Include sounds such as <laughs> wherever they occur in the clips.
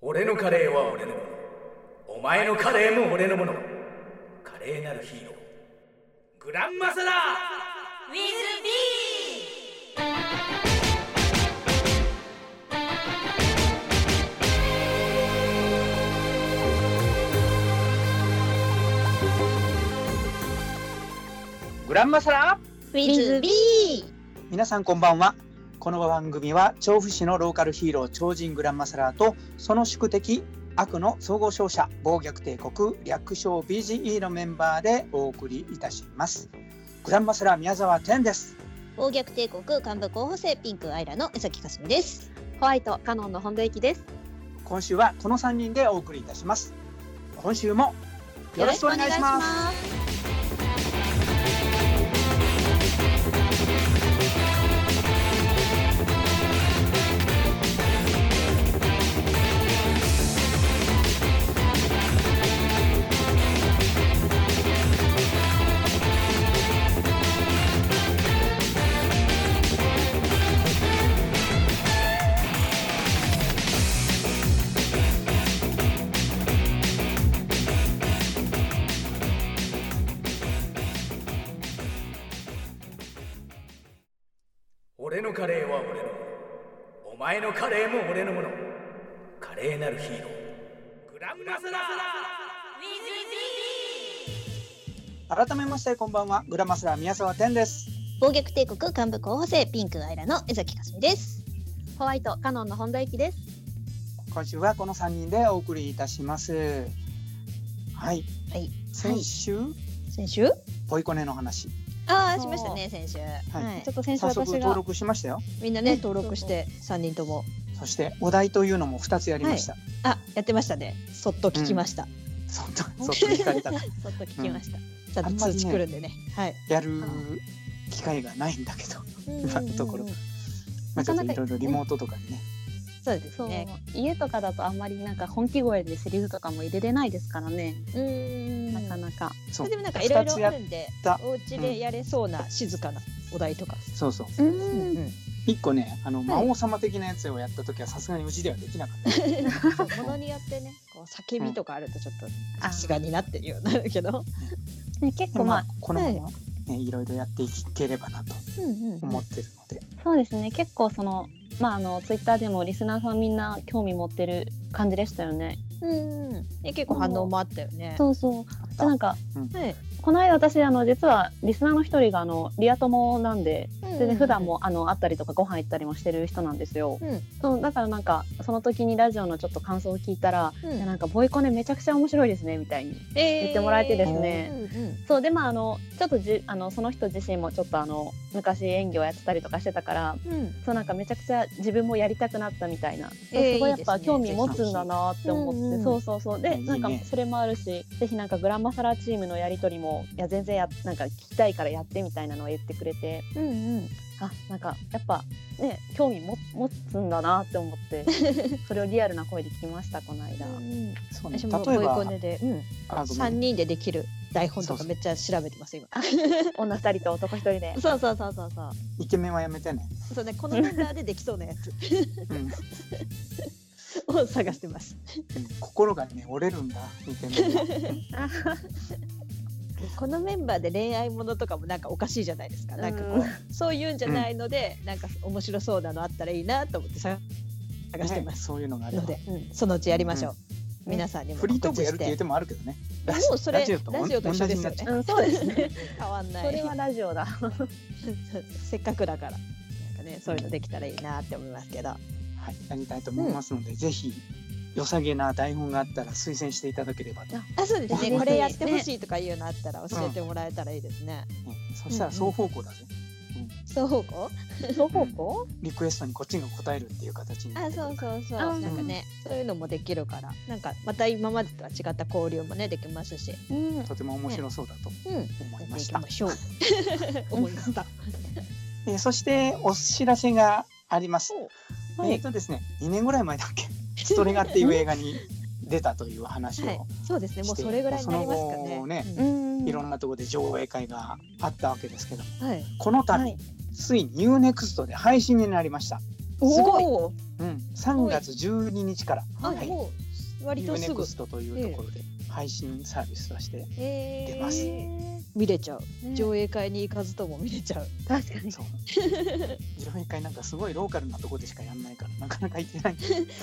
俺のカレーは俺のものお前のカレーも俺のものカレーなるヒーローグランマサウラィズビグランマサラー。ウィズビ皆さんこんばんはこの番組は調布市のローカルヒーロー超人グランマサラーとその宿敵悪の総合勝者暴虐帝国略称 BGE のメンバーでお送りいたしますグランマサラー宮沢天です暴虐帝国幹部候補生ピンクアイラの江崎かすみです。ホワイトカノンの本田由紀です。今週はこの3人でお送りいたします今週もよろしくお願いしますす。俺のカレーは俺のものお前のカレーも俺のものカレーなるヒーローグランマサラ改めましてこんばんはグランマサラー宮沢天です暴虐帝国幹部候補生ピンクアイラの江崎かすみです。ホワイトカノンの本田由紀です。今週はこの3人でお送りいたしますはい、はい先週、先週？ポイコネの話あそうあしましたね先週。いはいちょ。っと先週早速私登が録しましたよみんなうねん登録して三人ともそしてお題というのも2つやりました、あやってましたね。そっと聞きました。そっと <laughs> そっと聞かれた <laughs> そっと聞きました。ちゃあんんとまりね通知来るんでね。はい。やる機会がないんだけど、今のところ、まあ、ちょっといろいろリモートとかでねそうですそうね。家とかだとあんまりなんか本気声でセリフとかも入れれないですからね、うんなかなかそうでもなんかいろい二つろやあっるんでた、お家でやれそうな静かなお題とか。そうそうううんうん。 1個ねあの魔はい王様的なやつをやった時はさすがにうちではできなかった <laughs> そうものによってねこう叫びとかあるとちょっとさすがになってるようになるけど、結で構もままああこのまま、ね、いろいろやっていければなとうんうん思ってるので、そうですね結構そのまああのツイッターでもリスナーさんみんな興味持ってる感じでしたよねうんうんね結構反応もあったよね。そうそうでなんかはい、この間私あの実はリスナーの一人があのリア友なんでうんそれで普段もあの会ったりとかご飯行ったりもしてる人なんですよ、うんそうだからなんかその時にラジオのちょっと感想を聞いたら、うんいやなんかボイコネめちゃくちゃ面白いですねみたいに言ってもらえてですねそうでまああのちょっとじあのその人自身もちょっとあの昔演技をやってたりとかしてたからうんうんそうなんかめちゃくちゃ自分もやりたくなったみたいな、えーすごいやっいいですぱね興味持つんだなって思って、ぜひうんそうそうそうでいいねなんかそれもあるしぜひなんかグランマサラチームのやり取りもいや全然やなんか聞きたいからやってみたいなのを言ってくれてうんうんあなんかやっぱね興味も持つんだなって思って <laughs> それをリアルな声で聞きましたこの間。そうね私もボ例えイコばネで、うん、あごめん3人でできる台本そとかうそうめっちゃ調べてます今女二人と男一人 <laughs> でそうそうそうそうそうイケメンはやめ <laughs> てね、そうねこのメンバーでできそうなやつうん、を探し <laughs> てます心がね折れるんだイケメンはこのメンバーで恋愛ものとかもなんかおかしいじゃないですかなんかこう、うそういうんじゃないので、なんか面白そうなのあったらいいなと思って探探 <laughs> してますね、そういうのがあればので、うんそのうちやりましょう、うん皆さんにもフリートークやるって言う告知してもあるけどねもうそれラジオとラジオと一緒ですよね同じになっちゃうん、そうです <laughs> ね。変わんないそれはラジオだ。 <laughs> せっかくだからなんかねそういうのできたらいいなって思いますけど、うはい、やりたいと思いますので、ぜひ良さげな台本があったら推薦していただければと、あそうですねねこれやってほしいとかいうのあったら教えてもらえたらいいですね、うんそしたら双方向だぜ、双方向双方向？リクエストにこっちが答えるっていう形になあってるそうそうそうあなーんかねそういうのもできるからなんかまた今までとは違った交流もねできますしうん。とても面白そうだとうん思やいってまいしきた、ましょ <laughs> う思いましたえーそしてお知らせがあります、おはいえっ、とですね2年ぐらい前だっ <laughs> け「ストレガ」っていう映画に出たという話を、はいそうですねもうそれぐらいになりますかその後ねねうんいろんなところで上映会があったわけですけどもうんはいこの度、はいついに UNEXT で配信になりましたすごい。うん、3月12日から、あ、はい、もう割とすぐ UNEXT というところで配信サービスとして、出出ます見れちゃう。ね上映会に行かずとも見れちゃう。確かに <laughs> そう上映会なんかすごいローカルなとこでしかやんないからなかなか行けない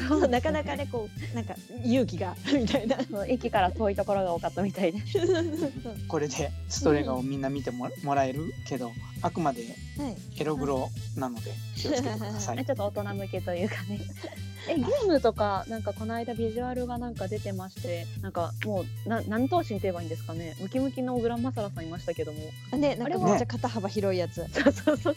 そうなかなかねこうなんか勇気がみたいな。そう駅から遠いところが多かったみたいでこれでストレガをみんな見てもらもらえるけど、あくまではい。エログロなので気をつけてくださ <laughs> いちょっと大人向けというかねえゲームとかなんかこの間ビジュアルがなんか出てましてなんかもうな何頭身って言えばいいんですかねムキムキのグランマサラさんいましたけどもあね、なんかめっちゃ肩幅広いやつ。 <laughs> そうそうそう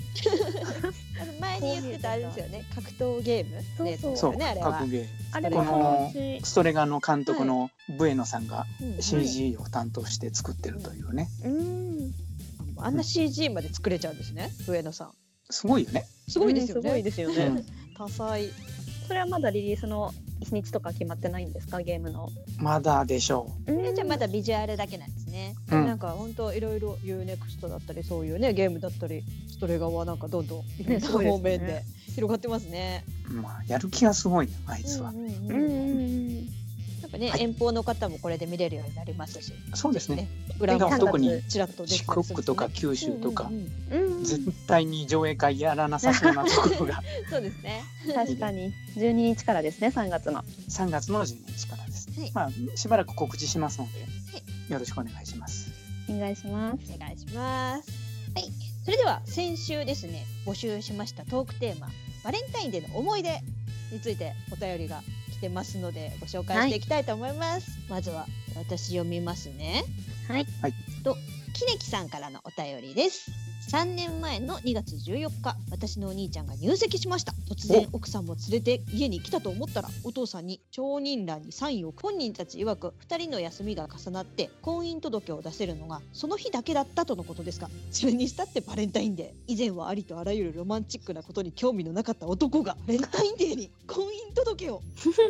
あの前に言ってたあれですよね。格闘ゲームそうそそうのやつですようねあれは格。ゲあれこもそののうちストレガの監督のブエノさんがうん CG を担当して作ってるというねうんあんな CG まで作れちゃうんですね。上野さん。すごいよね、すごいですようんすごいね。ですようねん多彩。それはまだリリースの日にちとか決まってないんですかゲームのまだでしょうんじゃあまだビジュアルだけなんですね。う、うんなんか本当いろいろ UNEXT だったりそういうねゲームだったりそれ側なんかどんどんいろんなすごいですね方面で広がってますね。まあ、やる気がすごいなあいつは、ううんうんんううんんうんなんかね、はい遠方の方もこれで見れるようになりますし、そうですねね、裏で側特にちらっと出四てたり国するんですねとか九州とか、うんうんうんうんうん絶対に上映会やらなさそうなところ <laughs> がそうですね。確かに12日からですね3月の3月の12日からです、はいまあしばらく告知しますのでよろしくお願いしますお願いしますお願いします。はい、それでは先週ですね、募集しましたトークテーマ、バレンタインデーの思い出についてお便りが来てますのでご紹介していきたいと思います。まずは私読みますね。はい。はいと、きねきさんからのお便りです。3年前の2月14日、私のお兄ちゃんが入籍しました。突然奥さんも連れて家に来たと思ったら、お父さんに町人欄にサインを本人たち曰く2人の休みが重なって婚姻届を出せるのがその日だけだったとのことですが、それにしたってバレンタインデー。以前はありとあらゆるロマンチックなことに興味のなかった男がバレンタインデーに婚姻届を。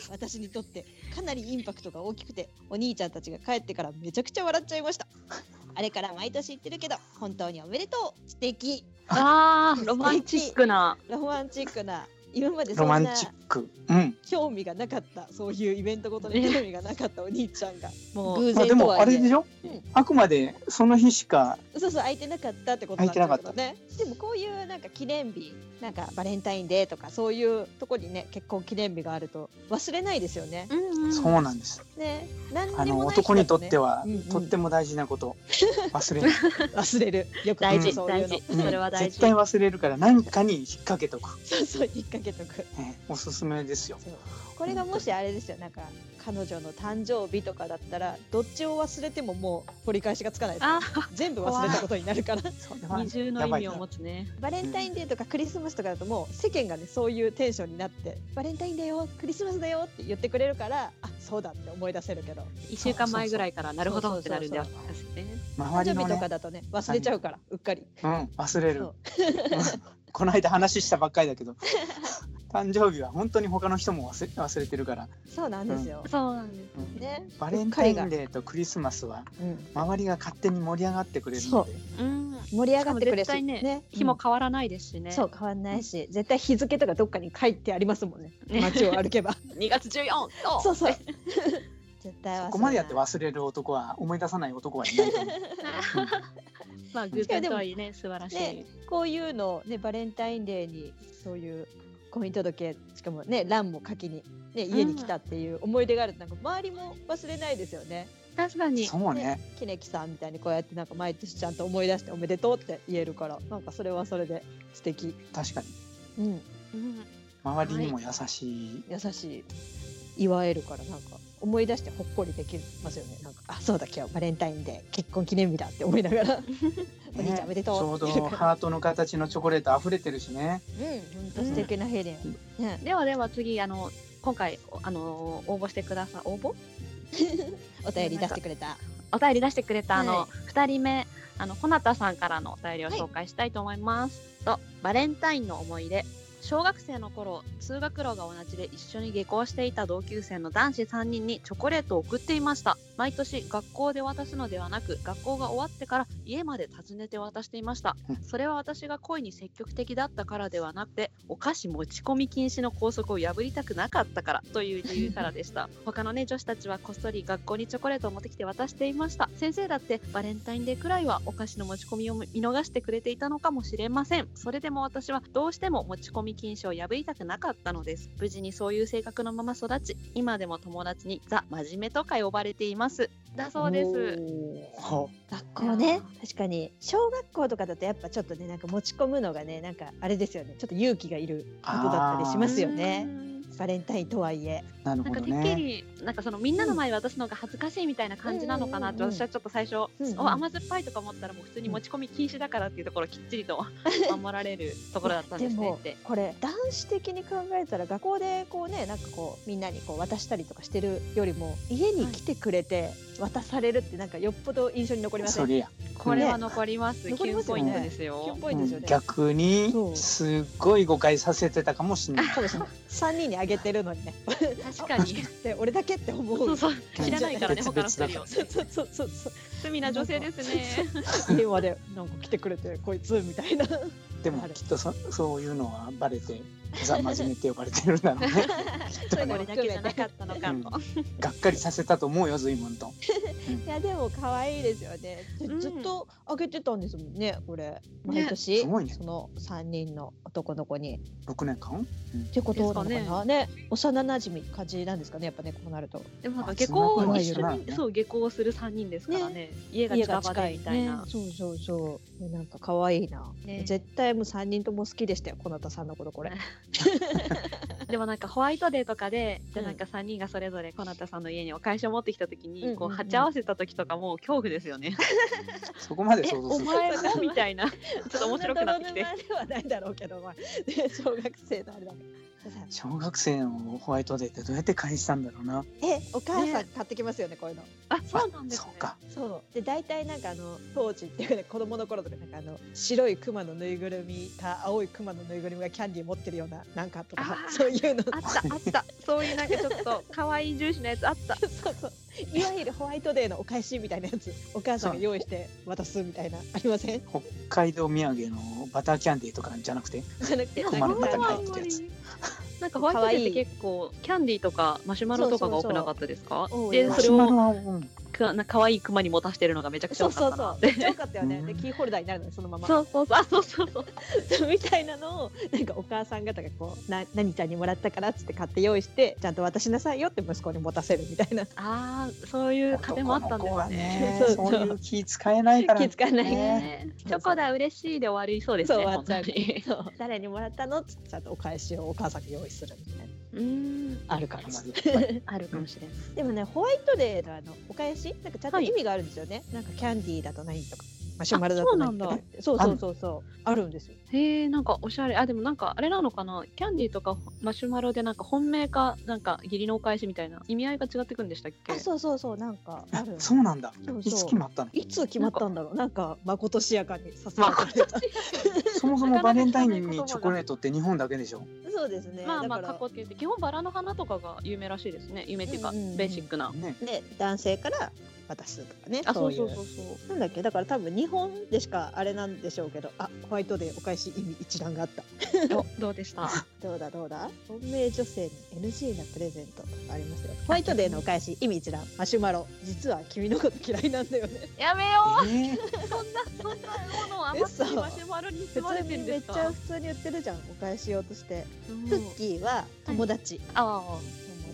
私にとってかなりインパクトが大きくてお兄ちゃんたちが帰ってからめちゃくちゃ笑っちゃいましたあれから毎年言ってるけど本当におめでとう素敵あーロマンチックなロマンチックな今までそロマんンなチックうん興味がなかったそういうイベントごとに興味がなかったお兄ちゃんがもう偶まあで然ともあはいれでえしょ、うんあくまでその日しかそうそう空いてなかったってことなんだけどねでもこういうなんか記念日なんかバレンタインデーとかそういうとこにね結婚記念日があると忘れないですよねそうなんです、ね何にもなあい日だの男にとってはは、うんうんとっても大事な <laughs> こと忘れない、忘れるよくある大事そういう大の事うんそれは大絶事対忘れるから何かに引っ掛けとく、そうそう引っ掛けとく。ねおすすめですよそうこれがもしあれですよなんか彼女の誕生日とかだったらどっちを忘れてももう掘り返しがつかないですあ全部忘れたことになるから <laughs> それは二重の意味を持つねバレンタインデーとかクリスマスとかだともう世間がねそういうテンションになってバレンタインだよクリスマスだよって言ってくれるからあそうだって思い出せるけど一週間前ぐらいからなるほどそうっそてうそうなるんだよそうそう誕周生り日のとかね、だとね忘れちゃうからうっかりうん、忘れるそう <laughs> この間話したばっかりだけど誕生日は本当に他の人も忘れ忘れてるから、そうなんですよ、そうなんですうんねバレンタインデーとクリスマスは周りが勝手に盛り上がってくれるのでうん盛り上がってくれるしかも絶対ね日日も変わらないですしねそう変わんないし絶対日付とかどっかに書いてありますもんねね街を歩けば2月14日 <laughs> そう <laughs> そう絶対忘れないここまでやって忘れる男は思い出さない男はいないと思ううんまあ偶然とはいえね素晴らしいねこういうのをねバレンタインデーにそういう婚姻届しかもね欄も書きに、ね、家に来たっていう思い出があるとなんか周りも忘れないですよね。確かにそうねきねきさんみたいにこうやってなんか毎年ちゃんと思い出しておめでとうって言えるからなんかそれはそれで素敵確かにうんうん周りにも優しい、優しい祝えるからなんか思い出してほっこりできますよねなんかあそうだ今日バレンタインデー結婚記念日だって思いながらお兄ちゃんおめでとうちょうどって言うからハートの形のチョコレート溢れてるしねうん本当素敵なヘリン、ねではでは次あの今回あの応募してくださ応募お便り出してくれたお便り出してくれたあはのい二人目あのコナタさんからのお便りを紹介したいと思います。とバレンタインの思い出小学生の頃通学路が同じで一緒に下校していた同級生の男子3人にチョコレートを送っていました毎年学校で渡すのではなく学校が終わってから家まで訪ねて渡していましたうんそれは私が恋に積極的だったからではなくてお菓子持ち込み禁止の校則を破りたくなかったからという理由からでした <laughs> 他のね女子たちはこっそり学校にチョコレートを持ってきて渡していました先生だってバレンタインデーくらいはお菓子の持ち込みを見逃してくれていたのかもしれませんそれでも私はどうしても持ち込み禁止を破りたくなかったのです無事にそういう性格のまま育ち今でも友達にザ真面目とか呼ばれていますだそうですおー。学校ね確かに小学校とかだとやっぱちょっとねなんか持ち込むのがねなんかあれですよねちょっと勇気がいることだったりしまですよねうんバレンタインとはいえなるなほんかどてっきね。り、なんかそのみんなの前で私の方が恥ずかしいみたいな感じなのかなってうんうんうんうん私はちょっと最初、うんうんお甘酸っぱいとか思ったらもう普通に持ち込み禁止だからっていうところをきっちりと守られるところだったんでですねもって。これ男子的に考えたら学校でこうねなんかこうみんなにこう渡したりとかしてるよりも家に来てくれて渡されるってなんかよっぽど印象に残りませそんりゃ、これは残ります。ねキュンポイントですキュよン。ポイントですよね逆にそうすっごい誤解させてたかもしれない。そうですね3人にあげてるのにね <laughs> 確かに。で俺だけって思そううそう。知らないからね、別他々の二人を。そうそうそうそうそう罪な女性ですね。家までなんか来てくれてこいつみたいなでもきっとそそういうのはバレて、ザ真面目って呼ばれてるんだろうね。そういこうのもれだけじゃな含めてかったのかと。がっかりさせたと思うよ、随分と。いやでも可愛いですよねずうんずっとあげてたんですもんねこれ毎年、すごいねその3人の男の子に六年間。ってことなのかですかなね幼馴染み感じなんですかねやっぱねこうなるとでもなんか下校を一緒あに、そう下校をする三人ですからね。家が家が近場近でいみたいなね。そうそうそうなんか可愛いな、ね絶対もう3人とも好きでしたよこなたさんのこ <laughs> とこれでもなんかホワイトデーとかで、じゃあうんなんか3人がそれぞれ小なたさんの家にお返しを持ってきた時に、うんうんうんこう鉢合わせた時とかもう恐怖ですよね。そこまでえ想像おする。前も <laughs> みたいなちょっと面白くなって <laughs> きて <laughs> そんな泥沼ではないだろうけど、まあ、ね小学生のあれだから <laughs> さ小学生のホワイトデーってどうやって返したんだろうな。えお母さねん買ってきますよねこういうのあそうなんですねそうか。そうで大体なんかあの当時っていうかね子供の頃とかなんかあの白いクマのぬいぐるみか青いクマのぬいぐるみがキャンディー持ってるようななんかとかあーそういうのあったあったそういうなんかちょっと可愛い重視のやつ <laughs> あったそうそういわゆるホワイトデーのお返しみたいなやつお母さんが用意して渡すみたいなありません北海道土産のバターキャンディーとかじゃなくて。 <laughs> じゃなくてクなマんのか中に入ってさるやつ。なんかホワイトデーって結構キャンディーとかマシュマロとかが多くなかったですか <laughs> そうそうそうで多いマそれシュをマロはうんかな可愛いクマに持たしてるのがめちゃくちゃそ多うそかったなっうそ <laughs> うてめっちゃ多かったよねでキーホルダーになるのよそのままそうそうそうあそうそうそうみたいなのをなんかお母さん方がこうな何ちゃんにもらったからっつって買って用意してちゃんと渡しなさいよって息子に持たせるみたいなああそういう家庭もあったん男での子はすねね。そういう気使えないから。気使えないね。ね <laughs> チョコだ嬉しいで終わりそうですそうね終わ本っち当ゃうにそう誰にもらったのっつってちゃんとお返しをお母さんが用意するみたいな <laughs> うーんあるからあるかもしれないでもねホワイトデーのあのお返しなんかちゃんとはい意味があるんですよね、なんかキャンディーだと何とかマシュマロだと何とかあそうそうそうそうあるんですよへえなんかおしゃれあでもなんかあれなのかなキャンディーとかマシュマロでなんか本命かなんか義理のお返しみたいな意味合いが違ってくんでしたっけあそうそうそうなんかあるそうなんだ。そうそういつ決まったの。いつ決まったんだろうなんかまことしやか <laughs> にさせられたそもそもバレンタインにチョコレートって日本だけでしょ。そうですねまあまあだ過か去って言って基本バラの花とかが有名らしいですね有名っていうか、うんうんうんベーシックなね。らね男性から渡すとかねあそそうういそううそうそうなんだっけだから多分日本でしかあれなんでしょうけどあホワイトデーお返し意味一覧があった <laughs> どどうでしたどうだどうだ本命女性に NG なプレゼントとかありますよホワイトデーのお返し意味一覧マシュマロ実は君のこと嫌いなんだよ <laughs> ねやめよえーうそんなそんなものを甘すぎ嘘マシュマロに普包まれ通てにるんめでっすちゃか普通に言ってるじゃんお返ししようとして、うんクッキーは友達、あ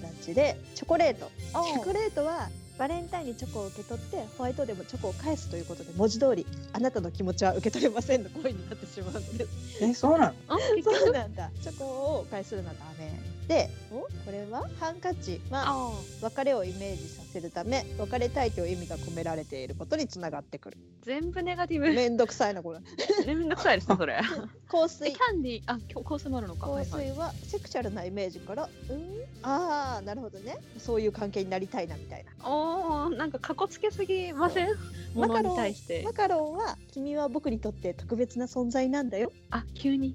友達でチョコレートあチョコーレートはバレンタインにチョコを受け取ってホワイトデーもチョコを返すということで文字通りあなたの気持ちは受け取れませんの恋になってしまうのですえ、そうなの。あ結そう局なんだチョコを返すのはダメでおこれはハンカチまああー別れをイメージさせるため別れたいという意味が込められていることにつながってくる全部ネガティブめんどくさいなこれめんどくさいですねそ <laughs> れ香え水キャンディーあ今日香水もあるのか香はいはい水はセクシャルなイメージからうんああなるほどねそういう関係になりたいなみたいなおーなんかかこつけすぎませんもマカロのンに対してマカロンは君は僕にとって特別な存在なんだよあ急に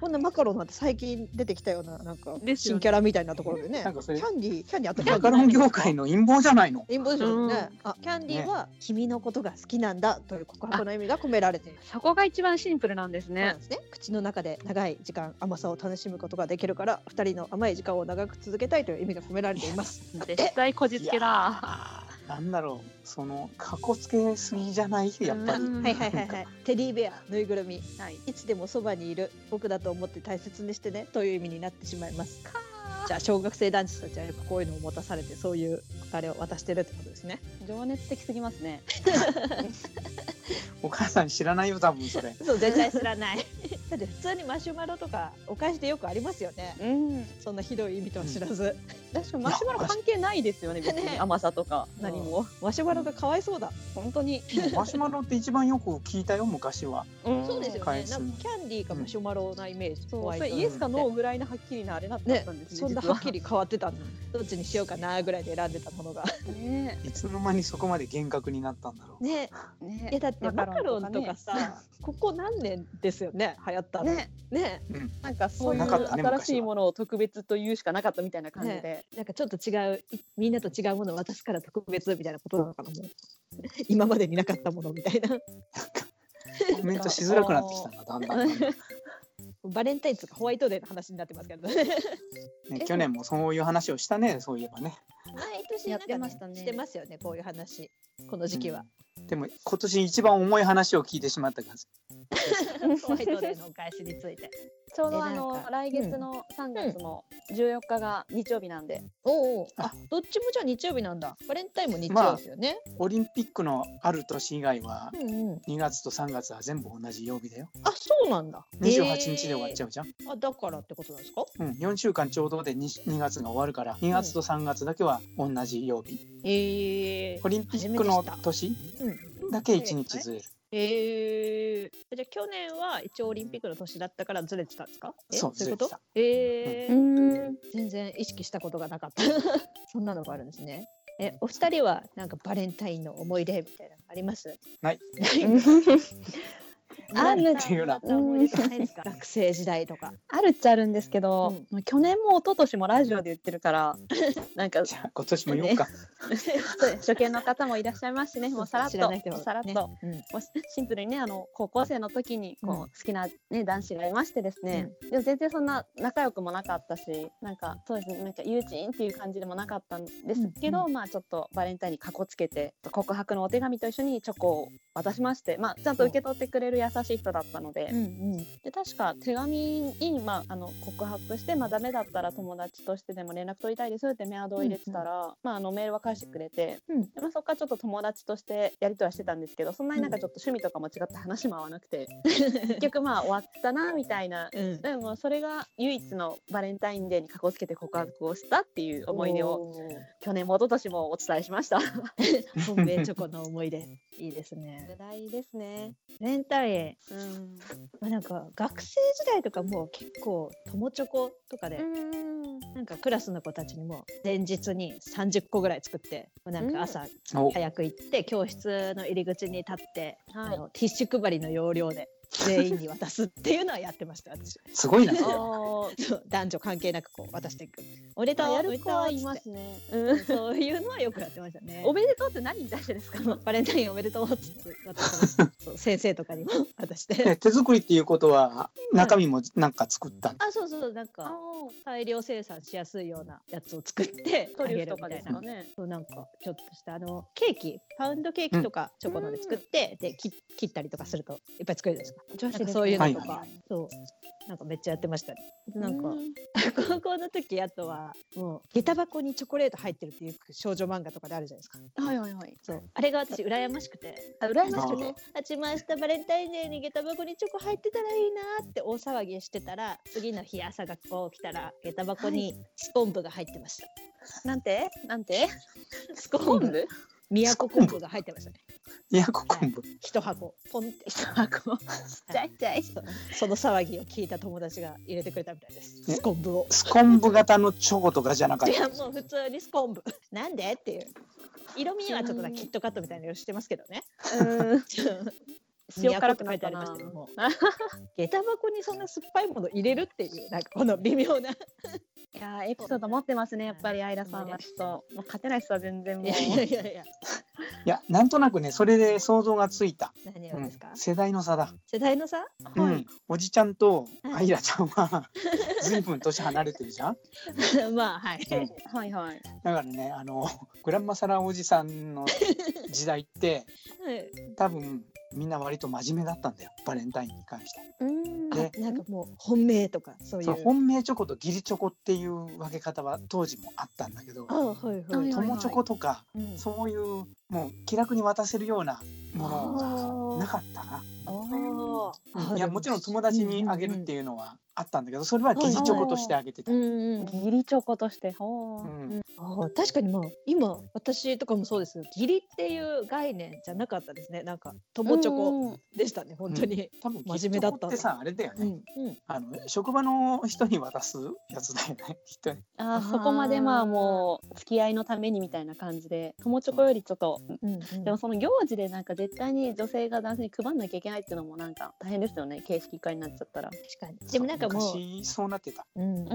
こんなマカロンなんて最近出てきたようななんかですよね新キャラみたいなところでね。なんかそれキャンディーキャンディーあったマカロン業界の陰謀じゃないのインボイスですよね、うあキャンディーは君のことが好きなんだという告白の意味が込められているそこが一番シンプルなんですそうなねん。ですね口の中で長い時間甘さを楽しむことができるから二人の甘い時間を長く続けたいという意味が込められています絶対こじつけだ。あーなんだろうそのかこつけすぎじゃないやっぱりうんはいはいはいはいテディベアぬいぐるみはいいつでもそばにいる僕だと思って大切にしてねという意味になってしまいますじゃあ小学生男子たちはやっぱこういうのを持たされてそういうあれを渡してるってことですね情熱的すぎますね。お母さん知らないよ多分それそう絶対知らない <laughs> だって普通にマシュマロとかお返しでよくありますよねうん。そんなひどい意味とは知らず、確かにマシュマロ関係ないですよね。別ねに甘さと <laughs> か何も。マシュマロがかわいそうだ、本当に。マシュマロって一番よく聞いたよ昔はそうですよ返ねすなんかキャンディーかマシュマロなイメージ、ホそワう。イそトれイエスかノーぐらいのはっきりなあれだったねんですね。そんな実はっきり変わってたんだどっちにしようかなぐらいで選んでたものがねいつの間にそこまで厳格になったんだろ <laughs> うねねいやだってマカロンとかねさここ何年ですよね流行ったのねねなんかそういうなかったね新しいものを特別と言うしかなかったみたいな感じで。なんかちょっと違ういみんなと違うものを渡すから特別みたいなことなのかなもう今までになかったものみたいなコメントしづらくなってきたなだん <laughs> だんだんだん、バレンタインとかホワイトデーの話になってますけどねね、去年もそういう話をしたねそういえばね毎年なやんかってましたねしてますよねこういう話この時期は、でも今年一番重い話を聞いてしまった感じ <laughs> ホワイトデーのお返しについてちょうどねあなんのか来月の3月の14日が日曜日なんで。おうおうあどっちもじゃあ日曜日なんだバレンタインも日曜ですよね、オリンピックのある年以外はうんうん2月と3月は全部同じ曜日だよあそうなんだ28日で終わっちゃうじゃん、えーあだからってことなんですかうん、4週間ちょうどで 2, 2月が終わるから2月と3月だけは同じ曜日、ええオリンピックの年だけ1日ずれる、ええじゃあ去年は一応オリンピックの年だったからずれてたんですかえそうそういうことずれてたええん。全然意識したことがなかった <laughs> そんなのがあるんですねえお二人はなんかバレンタインの思い出みたいなのありますない <laughs> あるっていうなうん学生時代とかあるっちゃあるんですけどうん、もう去年も一昨年もラジオで言ってるから、 <laughs> なんかじゃあ今年も言おうか、そうです初見の方もいらっしゃいますしね、もうさらっ知と、らない人はさらっと、ねもうんうシンプルにね、あの高校生の時にこう、うん好きなね男子がいましてですね、でも全然そんな仲良くもなかったし、なんかそうですね、なんか友人っていう感じでもなかったんですけど、うまあちょっとバレンタインにかこつけて告白のお手紙と一緒にチョコを渡しまして、まあちゃんと受け取ってくれる優しい人だったので、うんうんで確か手紙に、まあ、あの告白して、まあ、ダメだったら友達としてでも連絡取りたいですってメアドを入れてたら、まあ、あのメールは返してくれて、うんでまあ、そこからちょっと友達としてやりとりはしてたんですけどそんなになんかちょっと趣味とかも違って話も合わなく <laughs> て、結局まあ終わったなみたいな。うんでもそれが唯一のバレンタインデーにかこつけて告白をしたっていう思い出をおー去年も一昨年もお伝えしました。本命チョコの思い <laughs> 出いいですねぐらいですね。バレンタインうん。まあ、なんか学生時代とかもう結構友チョコとかで、うん。なんかクラスの子たちにも前日に30個ぐらい作ってもうなんか朝お早く行って、教室の入り口に立って、はあい。のティッシュ配りの要領で全員に渡すっていうのはやってました私 <laughs> すごいな <laughs> あーそう男女関係なくこう渡していく「おめでとうやおめるで子とうはっつっいてますね。うん。そういうのはよくやってました <laughs> ね。おめでとうって <laughs> 何に対してですか。 <laughs> バレンタインおめでとうっつって渡してましたそう先生とかにも渡しえて。手作りっていうことは中身もなんか作ったの、あそうそうなんか大量生産しやすいようなやつを作ってあトリュげフとるみかたでいすなか。ね。そうなんかちょっとしたあのケーキパウンドケーキとかチョコので作って、で切切ったりとかするといっぱい作れるじゃないですか。女なんかそういうのとか、はそうなんかめっちゃやってましたね。なんか高校の時あとはもう下駄箱にチョコレート入ってるっていう少女漫画とかであるじゃないですか。はいはいはい。そうあれが私羨ましくてあ、羨ましあくーて。 「あちましたバレンタインデーに下駄箱にチョコ入ってたらいいな」って大騒ぎしてたら次の日朝学校来たら下駄箱にスコンブが入ってました。なんて、なんて。スコ昆ンブ布。宮古昆布が入ってましたね。いやこ昆布一箱ポンって一箱ちゃいちゃい。その騒ぎを聞いた友達が入れてくれたみたいですえスコンブをスコンブ型のチョコとかじゃなかっいたやもう普通にスコンブなん <laughs> でっていう色味はちょっとなキットカットみたいな色してますけどねうん。塩辛く書いてありましたいけやどもう下駄箱にそんな酸っぱいもの入れるっていうなんかこの微妙ないやーエピソード持ってますねやっぱりアイラさんはちょっともう勝てない人は全然もいうやいやいやいやいやなんとなくねそれで想像がついた、何うをんですか、世代の差だ、世代の差うはいん、おじちゃんとはいアイラちゃんは随分年離れてるじゃん <laughs> まあはい、うんはいはいだからねあのグランマサラおじさんの時代ってはい多分みんな割と真面目だったんだよバレンタインに関して。うーんねあなんかもう本命とかそういそうう本命チョコと義理チョコっていう分け方は当時もあったんだけどあはいはいはい友チョコとかうんそういうもう気楽に渡せるようなものがあーなかったな。あーうんいやもちろん友達にあげるっていうのはあったんだけどそれは義理チョコとしてあげてた。うんうんうんギリチョコとしてほううんあー確かにまあ今私とかもそうですけど義理っていう概念じゃなかったですねなんか友チョコうんでしたね本当に、多分義理真面目チだョっコたってさあれだようんねうんあの職場の人に渡すやつだよねきっとねああーーそこまでまあもう付き合いのためにみたいな感じで友チョコよりちょっとうんでもその行事でなんか絶対に女性が男性に配んなきゃいけないっていうのもなんか大変ですよね形式化になっちゃったら確かに <laughs> でもなんかも昔そうなってた。う、うん、うー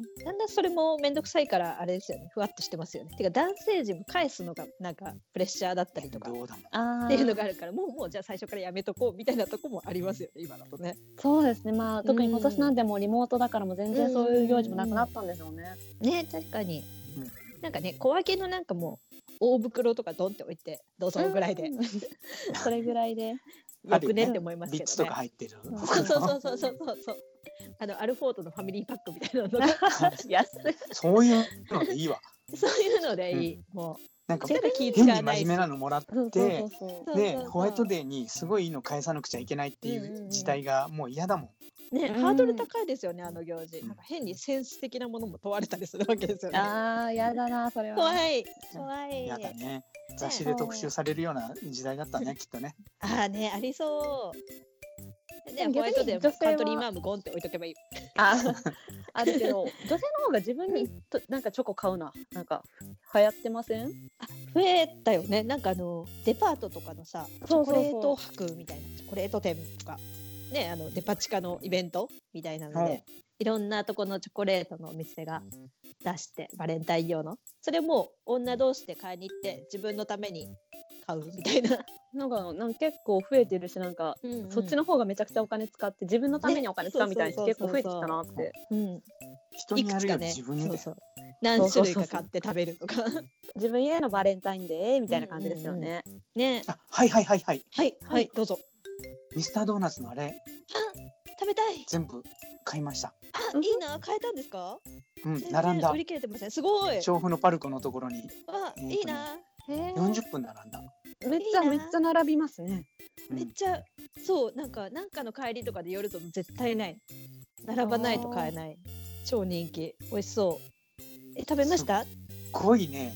んだんだんそれも面倒くさいからあれですよねふわっとしてますよねてか男性陣も返すのがなんかプレッシャーだったりとかっどうだもんあーていうのがあるからもうもうじゃあ最初からやめとこうみたいなとこもありますよね今だとねそうですねまあ特に今年なんでもうリモートだからもう全然そういう行事もなくなったんでしょうね、ね確かに、うんなんかね小分けのなんかもう大袋とかドンって置いてどうぞぐらいで、 <laughs> うんそれぐらいでよくねって思いますリけどッねツとか入ってる。そうそうそうそうそうそうあのアルフォートのファミリーパックみたいな <laughs> のが安いそういうのでいいわ。そういうのでいい、もなんかう絶対気使変にわ真ないし面目なのもらっそうそうてそうそうそうでそうそうホワイトデーにすごいいいの返さなくちゃいけないっていんうんううん事態がもう嫌だもん。ね、うんハードル高いですよねあの行事、うんなんか変にセンス的なものも問われたりするわけですよねああやだなそれは怖い怖い嫌だね。雑誌で特集されるような時代だったねきっとね。ああねありそうででもホワイトデー逆に女性はもカントリーマームゴンって置いとけばいいあーあるけど女性の方が自分にとなんかチョコ買うななんか流行ってませんあ増えたよねなんかあのデパートとかのさチそうョそコうそうレート博みたいなチョコレート店とかねあのデパ地下のイベントみたいなので、うんいろんなとこのチョコレートのお店が出してバレンタイン用のそれも女同士で買いに行って自分のために買うみたいな、なんかなんか結構増えてるしなんか、そっちの方がめちゃくちゃお金使って自分のためにお金使うみたいにね結構増えてきたなってうん、人いにやくつるよかりね自分にだよそうそう何種類か買って食べるとか自分へのバレンタインデーみたいな感じですよね、ねあはいはいはいはい。はいはいどうぞミスタードーナツのあれ食べたい全部買いました。あいいな買えたんですかうん全然並んだ売。り切れてませんすごい調布のパルコのところにわえーとねいいなへー40分並んだ。めっちゃいいなめっちゃ並びますねうんめっちゃそうなんかなんかの帰りとかで寄ると絶対ない並ばないと買えない超人気美味しそうえ食べました、はい、すっごいね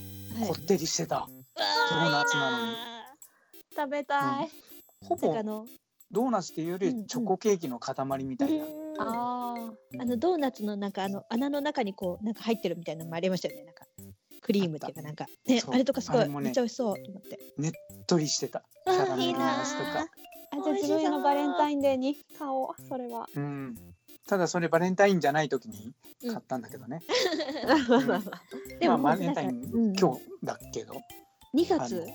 こってりしてた。ドーナツなのに食べたい、ほなんかぼあのドーナツっていうようんうりんチョコケーキの塊みたいな。ああーあのドーナツのなんかあの穴の中にこうなんか入ってるみたいなのもありましたよねなんかクリームっていうかなんかねそうあれとかすごあい、れもねめっちゃ美味しそうと思ってしっとりしてた。キャラメルのやつとか。あじゃあ自分へのバレンタインデーに買おうそれはうん。ただそれバレンタインじゃない時に買ったんだけどね。でまももあバうレなンんタかインうん今日だけど。 2あ月の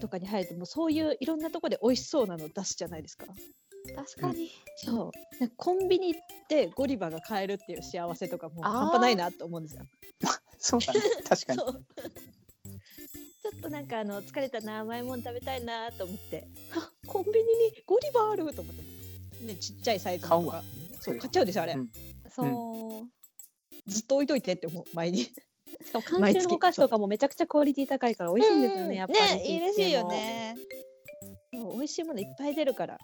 とかに入るともうそういういろんなとこで美味しそうなの出すじゃないですか確かに、そうなんかコンビニ行ってゴディバが買えるっていう幸せとかもうあー半端ないなと思うんですよそう <laughs> だね。確かに。そうちょっとなんかあの疲れたな甘いもん食べたいなと思ってあコンビニにゴディバあると思って、ね、ちっちゃいサイズの買うとわかそう買っちゃうんですよあれ、うんそう、ずっと置いといてって思う前にしかも缶中のお菓子とかもめちゃくちゃクオリティ高いから美味しいん <laughs> ですよね、やっぱりね嬉しいよねそう美味しいものいっぱい出るから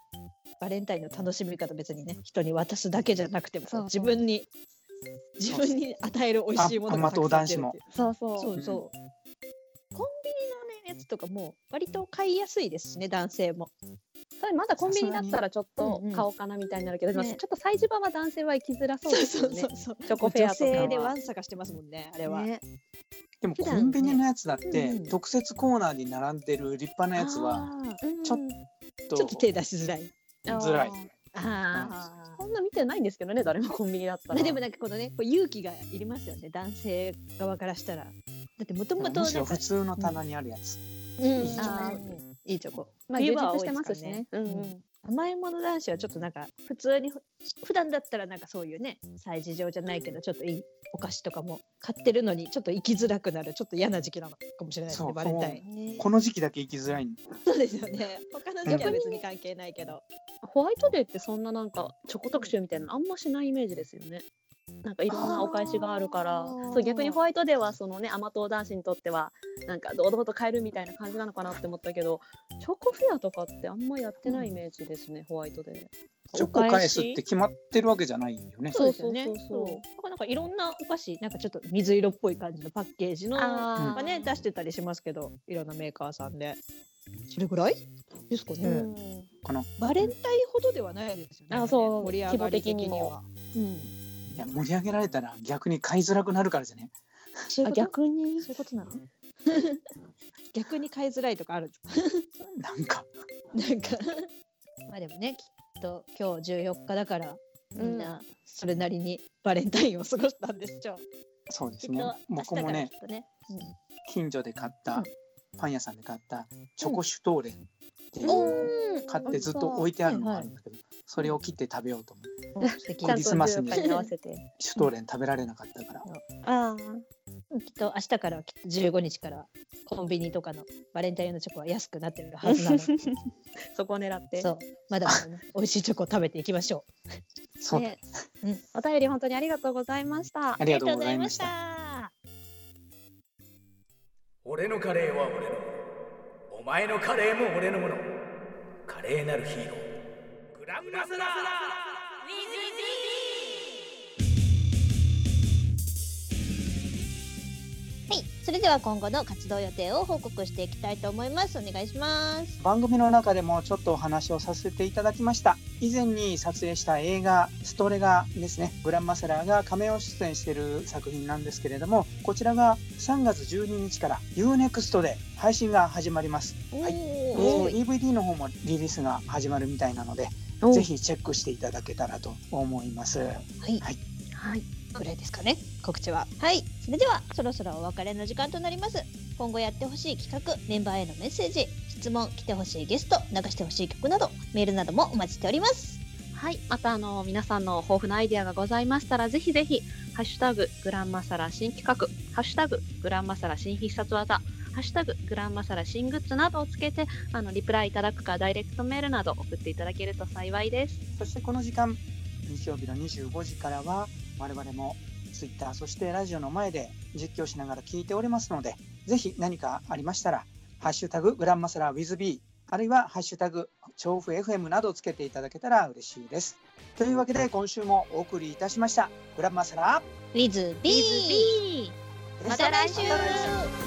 バレンタインの楽しみ方別にね人に渡すだけじゃなくてもそう自分に自分に与える美味しいものあ甘党たく男子さん出るっもていうそうそうそうそう、コンビニのねやつとかも割と買いやすいですしね男性もそれまだコンビニだったらちょっと買おうかなみたいになるけど、うんうんでもちょっと催事場は男性は行きづらそうですよねそうチョコフェア女とかは性でワンサカしてますもんねあれは、ねでも普コ段ねンビニのやつだっうてん特設コーナーに並んでる立派なやつはあーちょっとちょっと手出しづらい。辛いあーあそんな見てないんですけどね誰もコンビニだったまあらでもなんかこのねこう勇気がいりますよね男性側からしたらだってもともとむしなんろか普通の棚にあるやつ、うん通あーいいチョコまあ冬充場は実多いしてますですしからねうんうん甘いもの男子はちょっとなんか普通に普段だったらなんかそういうね催事場じゃないけどちょっといいお菓子とかも買ってるのにちょっと行きづらくなるちょっと嫌な時期なのかもしれないですそねうバレンタインこの時期だけ行きづらいんそうですよね他の時期は別に関係ないけどホワイトデーってそんななんかチョコ特集みたいなのあんましないイメージですよね。なんかいろんなお返しがあるからあーそう逆にホワイトデーはそのね甘党男子にとってはなんか堂々と買えるみたいな感じなのかなって思ったけどチョコフェアとかってあんまやってないイメージですね、ホワイトデー。チョコ返すって決まってるわけじゃないよねそうですよねそうそうそうそうだからなんかいろんなお菓子なんかちょっと水色っぽい感じのパッケージのあがね出してたりしますけどいろんなメーカーさんでそれぐらいですかね、うん、バレンタインほどではないですよねあそう盛り上がり的規模的ににはもうんいや盛り上げられたら逆に買いづらくなるからじゃねそういあうこと逆にそういうことなの逆に買いづらいとかあるんですなんかか <laughs> なんかまあでもねきっと今日14日だからみんなそれなりにバレンタインを過ごしたんでしょう、そうできすっねと明日僕かもらねきっとね近所で買った、うんパン屋さんで買ったチョコシュトーレンっていううのをん、買ってずっと置いてあるのがあるんだけど、それを切って食べようと思ってうん素敵ちゃんクリとスマスに14日に合わせて。シュトーレン食べられなかったから、ああきっと明日からはきっと15日からはコンビニとかのバレンタインのチョコは安くなってるはずなのでそこを狙って。そうまだまだね美味しいチョコを食べていきましょうそうだねお便り本当にありがとうございました。ありがとうございましたた。俺のカレーは俺のものお前のカレーも俺のものカレーなるヒーローグランマスウィラズはい、それでは今後の活動予定を報告していきたいと思います。お願いします。番組の中でもちょっとお話をさせていただきました以前に撮影した映画「ストレガ」ですねグランマセラーが亀を出演している作品なんですけれどもこちらが3月12日から UNEXT で配信が始まります、はいえおーー DVD の方もリリースが始まるみたいなのでおぜひチェックしていただけたらと思いますはい。ぐらいですかね。告知は。はい、それではそろそろお別れの時間となります。今後やってほしい企画、メンバーへのメッセージ、質問、来てほしいゲスト、流してほしい曲など、メールなどもお待ちしております。はい、またあの皆さんの豊富なアイデアがございましたらぜひぜひハッシュタググランマサラ新企画ハッシュタググランマサラ新必殺技ハッシュタググランマサラ新グッズなどをつけてあのリプライいただくかダイレクトメールなど送っていただけると幸いです。そしてこの時間日曜日の25時からは我々も Twitter そしてラジオの前で実況しながら聞いておりますのでぜひ何かありましたら「ハッシュタググランマサラ WithB」あるいは「ハッシュタグ調布 FM」などをつけていただけたら嬉しいです。というわけで今週もお送りいたしましたグランマサラウィズビーまた来週また来週